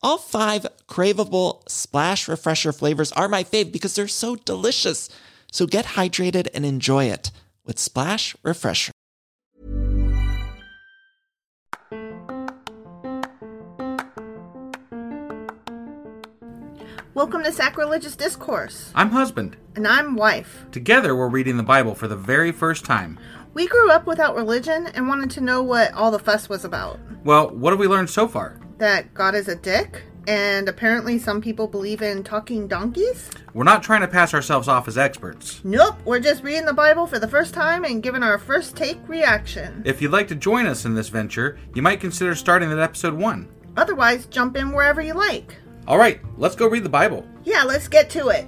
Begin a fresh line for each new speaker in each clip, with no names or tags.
All five craveable splash refresher flavors are my fave because they're so delicious. So get hydrated and enjoy it with Splash Refresher.
Welcome to Sacrilegious Discourse,
I'm husband.
and I'm Wife.
Together we're reading the Bible for the very first time.
We grew up without religion and wanted to know what all the fuss was about.
Well, what have we learned so far?
That God is a dick, and apparently some people believe in talking donkeys?
We're not trying to pass ourselves off as experts.
Nope, we're just reading the Bible for the first time and giving our first take reaction.
If you'd like to join us in this venture, you might consider starting at episode 1.
Otherwise, jump in wherever you like.
All right, let's go read the Bible.
Yeah, let's get to it.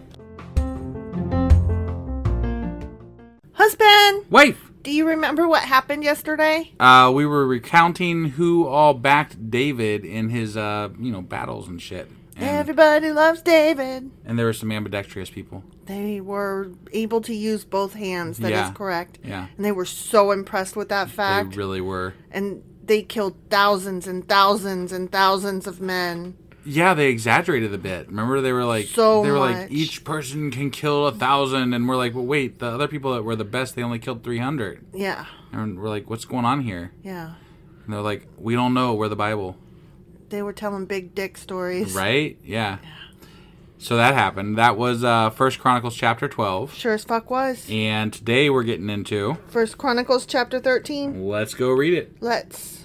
Husband,
Wife!
do you remember what happened yesterday?
Uh, we were recounting who all backed David in his, uh, you know, battles and shit. And,
Everybody loves David.
and there were some ambidextrous people.
They were able to use both hands. That is
Yeah.
correct.
Yeah.
And they were so impressed with that fact.
They really were.
and they killed thousands and thousands and thousands of men.
Yeah, they exaggerated a bit. Remember, they were like,
So
they were
much.
like, each person can kill a thousand, and we're like, well, wait, the other people that were the best, they only killed three hundred,
Yeah.
and we're like, what's going on here?
Yeah.
And they're like, we don't know. We're the Bible,
They were telling big dick stories.
right? Yeah. So that happened. That was uh, First Chronicles chapter twelve,
Sure as fuck was.
and today we're getting into.
First Chronicles chapter 13.
Let's go read it.
Let's.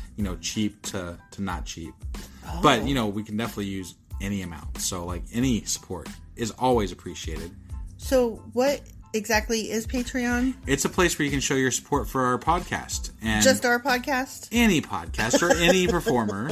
you know cheap to to not cheap. But you know we can definitely use any amount, so like any support is always appreciated.
So, what exactly is Patreon?
It's a place where you can show your support for our podcast and
Just our podcast?
any podcast or any performer.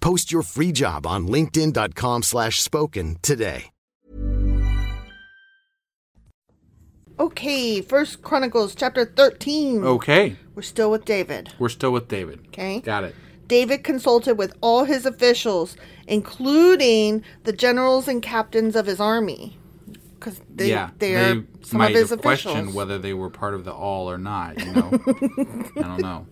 Post your free job on linkedin.com/spoken slash spoken today.
Okay, First Chronicles chapter 13.
okay
We're still with David.
we're still with david
Okay.
got it
David consulted with all his officials, including the generals and captains of his army. Because they,
yeah,
they are some of his officials.
questioned whether they were part of the all or not. You know, I don't know.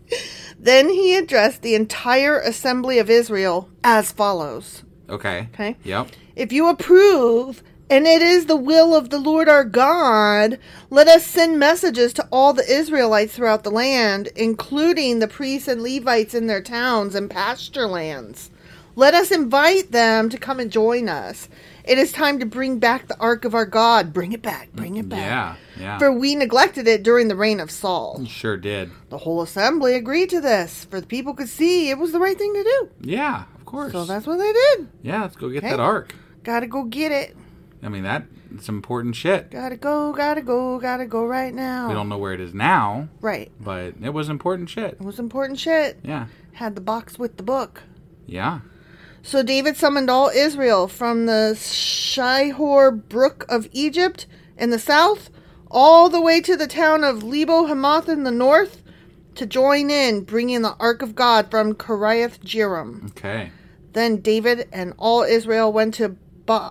Then he addressed the entire assembly of Israel as follows.
Okay.
Okay.
Yep.
If you approve, and it is the will of the Lord our God, let us send messages to all the Israelites throughout the land, including the priests and Levites in their towns and pasture lands. Let us invite them to come and join us. It is time to bring back the ark of our God. Bring it back. Bring it back.
Yeah. Yeah.
For we neglected it during the reign of Saul.
sure did.
The whole assembly agreed to this, for the people could see it was the right thing to do.
Yeah. Of course.
So that's what they did.
yeah. Let's go get
Okay.
that arc.
Gotta go get it.
I mean that it's important shit.
Gotta go, gotta go, gotta go right now.
We don't know where it is now,
Right.
but it was important shit.
It was important shit.
Yeah.
Had the box with the book.
Yeah.
So David summoned all Israel from the Shihor Brook of Egypt in the south, all the way to the town of Lebo Hamath in the north, to join in bringing the Ark of God from Kiriath Jearim.
Okay.
Then David and all Israel went to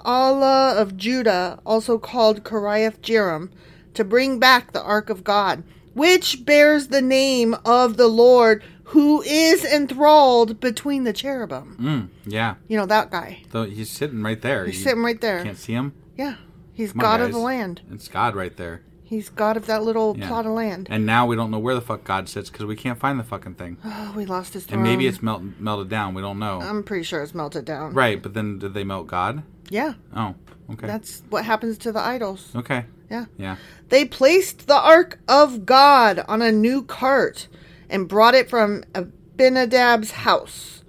Baalah of Judah, also called Kiriath Jearim, to bring back the ark of God, which bears the name of the Lord who is enthralled between the
Mm.
cherubim.
Yeah.
You know that guy.
So he's sitting right there.
He's
You
sitting right there.
Can't see him.
Yeah. He's
Come on,
God of
guys.
the land.
It's God right there.
He's God of that little
Yeah.
plot of land.
And now we don't know where the fuck God sits because we can't find the fucking thing.
oh, we lost his
And
throne.
maybe it's melt, melted down. We don't know.
I'm pretty sure it's melted down.
Right, but then did they melt God?
Yeah.
Oh, okay.
That's what happens to the idols.
okay.
Yeah.
Yeah.
They placed the ark of God on a new cart and brought it from Abinadab's house.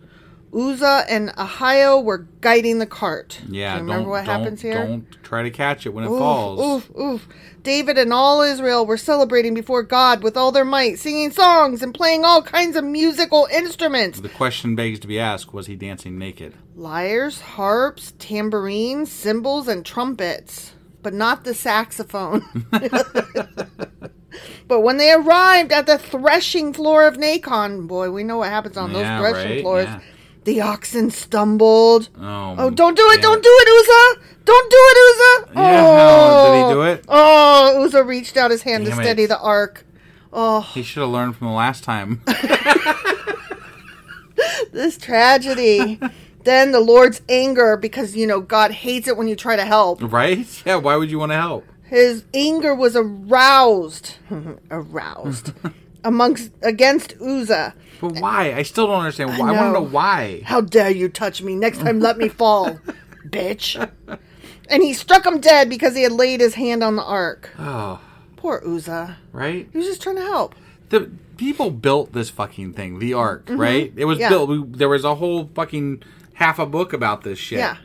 Uzzah and Ahio were guiding the cart.
Yeah.
Do you remember
don't,
what
don't-
happens here?
Don't try to catch it when it
Oof,
falls.
Oof, oof. David and all Israel were celebrating before God with all their might, singing songs and playing all kinds of musical instruments
The question begs to be asked: Was he dancing naked?
lyres, harps, tambourines, cymbals, and trumpets, but not the saxophone. but when they arrived at the threshing floor of Nacon, boy, we know what happens on
Yeah,
those threshing
right,
floors.
yeah.
The oxen stumbled.
Oh,
Oh, don't do it!
damn
Don't do it, Uzzah! Don't do it, Uzzah!
Yeah,
oh,
did he do it?
Oh, Uzzah reached out his hand
Damn
to
it.
steady the ark.
He should have learned from the last time.
This tragedy. then the Lord's anger, because you know God hates it when you try to help.
right? Yeah. Why would you want to help?
His anger was aroused, aroused amongst against Uzzah.
But why? I still don't understand. Why? I, want to
know.
know why.
How dare you touch me? Next time, let me fall, bitch. And he struck him dead because he had laid his hand on the ark. Oh. Poor Uzzah.
Right?
He was just trying to help.
The people built this fucking thing, the Ark. Right? It was
Mm-hmm. Yeah.
built. We, there was a whole fucking half a book about this shit.
Yeah.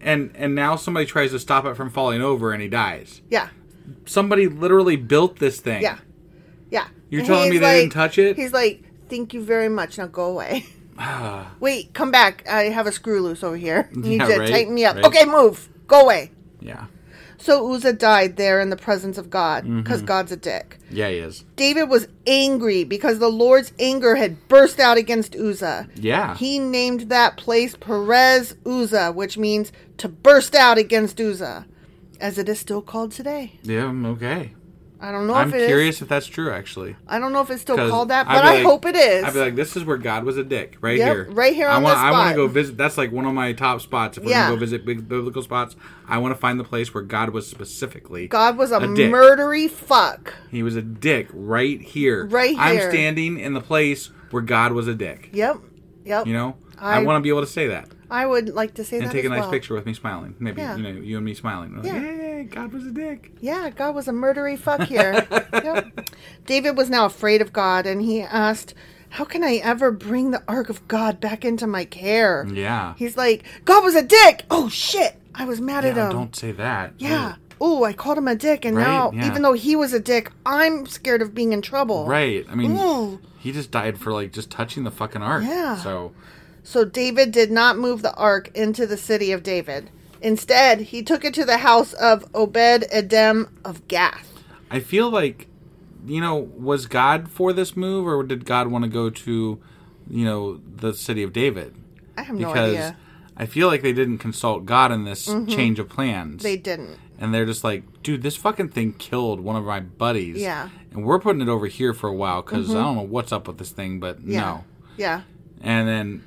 And and now somebody tries to stop it from falling over, and he dies.
Yeah.
somebody literally built this thing.
Yeah. Yeah.
You're
And
telling me
he's
they didn't touch it?
He's like, thank you very much. Now go away. Wait, come back. I have a screw loose over here. You need
Ah. Yeah,
to
right,
tighten me up.
right.
Okay, move. Go away.
Yeah.
So Uzzah died there in the presence of God because
Mhm.
God's a dick.
Yeah, he is.
David was angry because the Lord's anger had burst out against Uzzah.
Yeah.
He named that place Perez Uzzah, which means to burst out against Uzzah, as it is still called today.
Yeah, I'm okay.
I don't know
I'm
if it is.
curious if that's true, actually.
I don't know if it's still
'Cause
called that,
I'd
but
be
I
like-
hope it is.
I'd be like, this is where God was a dick, right
Yep,
here,
right here
I
on
wanna-
this
I want
spot.
to go visit. That's like one of my top spots. If we're
Yeah.
gonna go visit big biblical spots, I want to find the place where God was specifically.
God was a,
dick.
murdery fuck.
He was a dick right here.
Right
I'm
here.
standing in the place where God was a dick.
Yep. Yep.
You know, I,
I-
want to be able to say that
I would like to say
and
that
take
as
a nice
well.
picture with me smiling. Maybe
Yeah.
you know, you and me smiling. Like,
Yeah.
God was a dick.
Yeah, God was a murdery fuck here. Yep. David was now afraid of God and he asked, How can I ever bring the ark of God back into my care?
Yeah.
He's like, God was a dick. Oh shit. I was mad at
Yeah,
him.
don't say that.
yeah. Oh, I called him a dick and
Right,
now
yeah.
even though he was a dick, I'm scared of being in trouble.
Right. I mean,
Ooh.
he just died for like just touching the fucking ark.
Yeah.
So
So David did not move the ark into the city of David. Instead, he took it to the house of Obed Edom of Gath.
I feel like, you know, was God for this move, or did God want to go to, you know, the city of David?
I have no idea.
I feel like they didn't consult God in this
Mhm.
change of plans.
They didn't.
and they're just like, dude, this fucking thing killed one of my buddies.
Yeah.
And we're putting it over here for a while because
Mhm.
I don't know what's up with this thing, but
Yeah.
no.
Yeah.
And then,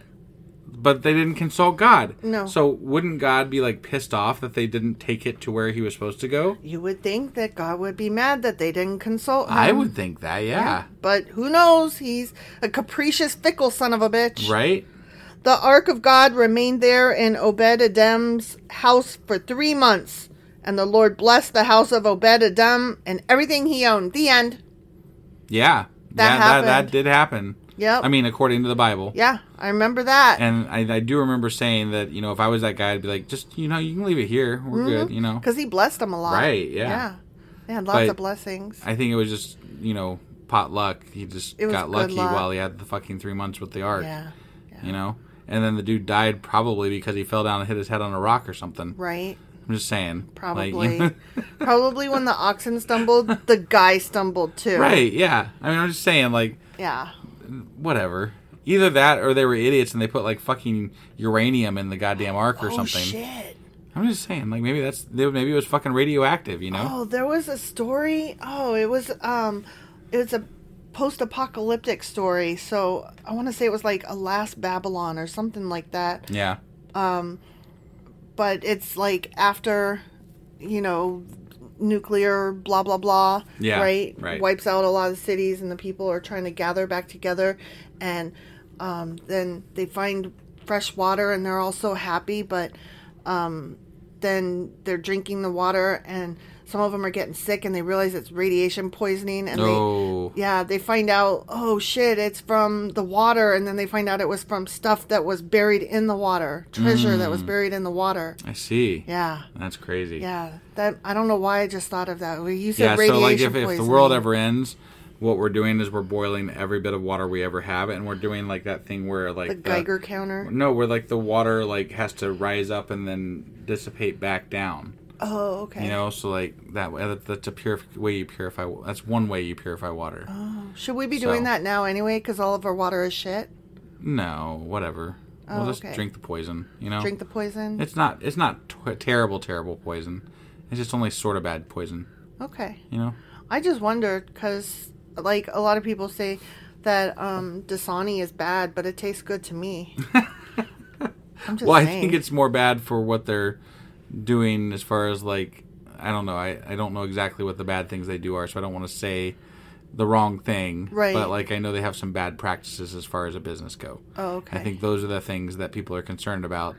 but they didn't consult God.
No.
So wouldn't God be like pissed off that they didn't take it to where he was supposed to go?
You would think that God would be mad that they didn't consult him.
I would think that, yeah.
But who knows? He's a capricious, fickle son of a bitch.
Right?
The Ark of God remained there in Obed Edom's house for three months, and the Lord blessed the house of Obed Edom and everything he owned. The end.
Yeah.
That
that,
happened.
that did happen.
Yep.
I mean, according to the Bible.
Yeah, I remember that.
And I, I do remember saying that, you know, if I was that guy, I'd be like, just, you know, you can leave it here. We're good, you know.
Because he blessed them a lot.
Right, yeah.
Yeah. They had lots
But
of blessings.
I think it was just, you know, pot luck. He just
It was
got
good
lucky
luck.
while he had the fucking three months with the ark.
Yeah,
You know? And then the dude died probably because he fell down and hit his head on a rock or something.
Right?
I'm just saying. Like,
Probably. Probably when the oxen stumbled, the guy stumbled too.
right, yeah. I mean, I'm just saying, like,
Yeah.
whatever. Either that or they were idiots and they put, like, fucking uranium in the goddamn ark or
oh,
something.
shit.
I'm just saying, like, maybe that's, maybe it was fucking radioactive, you know?
Oh, there was a story. Oh, it was um, it was a post-apocalyptic story. So I want to say it was like a Last Babylon or something like that.
Yeah.
Um, but it's like after, you know, nuclear blah blah blah.
Yeah,
Right.
right.
Wipes out a lot of cities, and the people are trying to gather back together, and um, then they find fresh water, and they're all so happy, but um, then they're drinking the water and some of them are getting sick and they realize it's radiation poisoning and
Oh.
they yeah they find out oh shit it's from the water and then they find out it was from stuff that was buried in the water treasure that was
Mm.
buried in the water
I see.
Yeah.
That's crazy.
yeah that i don't know why i just thought of that Well, you said
Yeah,
radiation
so like if, if
poisoning.
the world ever ends, what we're doing is we're boiling every bit of water we ever have, and we're doing like that thing where like
the geiger counter
No, where like the water like has to rise up and then dissipate back down.
oh okay
You know, so like that way that- that's a purif- way you purify. wa- That's one way you purify water.
Oh, should we be doing
So-
that now anyway because all of our water is shit
No, whatever.
Oh,
we'll just
okay.
drink the poison. You know,
Drink the poison?
It's not. It's not t- terrible, terrible poison. It's just only sort of bad poison.
okay
You know.
I just wondered because, like, a lot of people say that um, Dasani is bad, but it tastes good to me. I'm just
well, I
saying.
think it's more bad for what they're doing as far as like I don't know. I, I don't know exactly what the bad things they do are, so I don't want to say the wrong thing.
Right.
But like I know they have some bad practices as far as a business go.
Oh, okay.
I think those are the things that people are concerned about.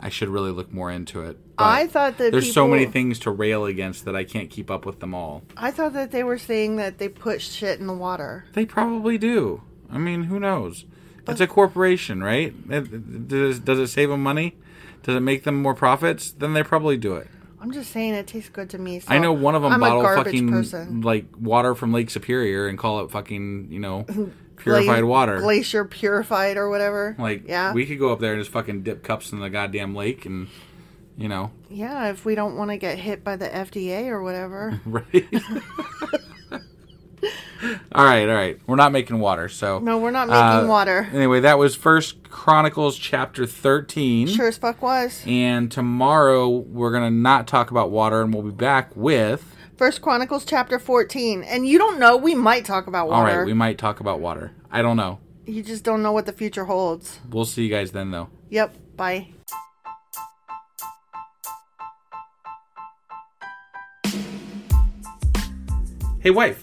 I should really look more into it.
I thought that
there's so many
people-
things to rail against that I can't keep up with them all.
I thought that they were saying that they put shit in the water.
They probably do. I mean, who knows? It's a corporation, right? It- Does does it save them money? Does it make them more profits? Then they probably do it.
I'm just saying it tastes good to me. So
I know one of them
I'm
bottle
a garbage
fucking
person.
like water from Lake Superior and call it fucking you know purified
Gla-
water.
glacier purified or whatever.
Like
yeah,
we could go up there and just fucking dip cups in the goddamn lake and you know
yeah. If we don't want to get hit by the FDA or whatever,
right. all right, all right. We're not making water, so
No, we're not
Uh,
making water.
Anyway, that was First Chronicles chapter thirteen.
sure as fuck was.
And tomorrow we're gonna not talk about water, and we'll be back with.
First Chronicles chapter 14, and you don't know. We might talk about
All
water.
right, we might talk about water. I don't know.
You just don't know what the future holds.
We'll see you guys then, though.
Yep. Bye.
Hey, wife.